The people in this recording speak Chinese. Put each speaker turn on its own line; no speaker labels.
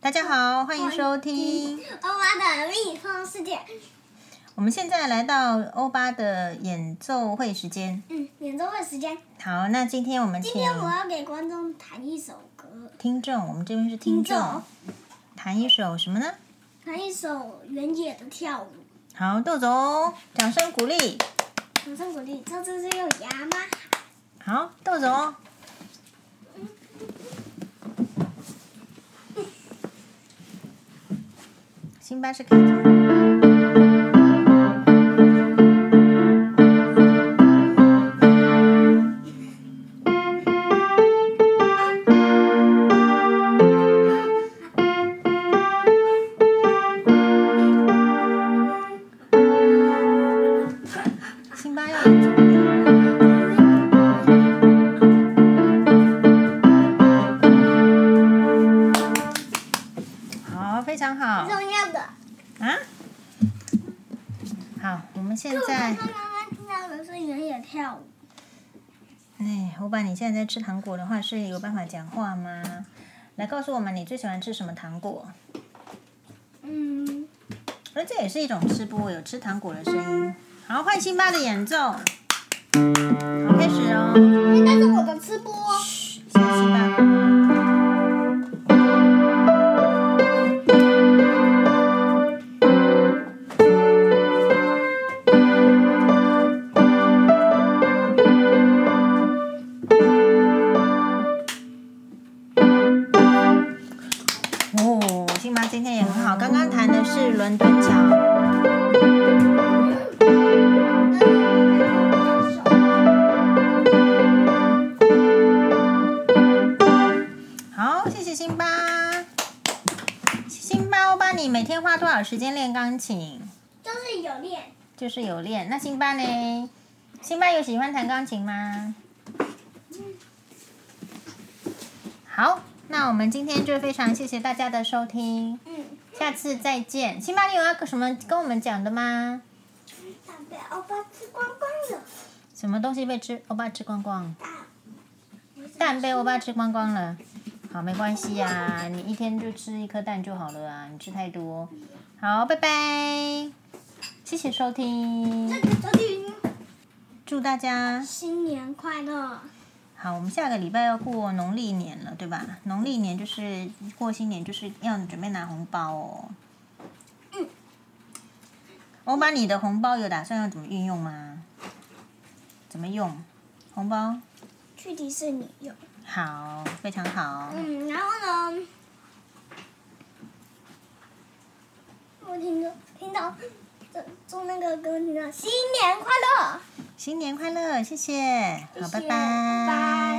大家好，欢迎收听。
欧巴的蜜蜂世界。
我们现在来到欧巴的演奏会时间。
嗯，演奏会时间。
好，那今天我们请
今天我要给观众弹一首歌，
听众，我们这边是听
听
众
众，
弹一首什么呢？
弹一首原野的跳舞。
好，豆总，掌声鼓励。
掌声鼓励。这次是用牙吗？
好，豆总，辛巴是可以听的。辛巴要演奏好，非常好
重要的。
啊。好，我们现
刚
在，
刚听到的是原野跳舞。
哎，欧巴，你现在在吃糖果的话，是有办法讲话吗？来告诉我们，你最喜欢吃什么糖果？
嗯，
而这也是一种吃播，有吃糖果的声音。好，换辛巴的演奏，好，开始哦。
那是我的吃播。
嘘谢谢辛巴。哦，辛巴今天也很好，刚刚弹的是伦敦桥。好，谢谢辛巴。辛巴，欧巴，你每天花多少时间练钢琴？
就是有练，
就是有练。那辛巴呢？辛巴有喜欢弹钢琴吗？好，那我们今天就非常谢谢大家的收听，
嗯，
下次再见。辛巴，你有要什么跟我们讲的吗？
大被欧巴吃光光了。
什么东西被吃欧巴吃光光？
大
蛋被欧巴吃光光了。好，没关系呀、啊，你一天就吃一颗蛋就好了啊，你吃太多。好，拜拜，谢谢收
这
听，
个周俊
祝大家
新年快乐。
好，我们下个礼拜要过农历年了，对吧？农历年就是过新年，就是要准备拿红包哦。
嗯
欧巴，你的红包有打算要怎么运用吗？怎么用？红包
去迪士尼有。
好，非常好。
嗯，然后呢，我听到听到这做那个歌，听到新年快乐，
新年快乐，谢谢。好，
谢
拜
谢
拜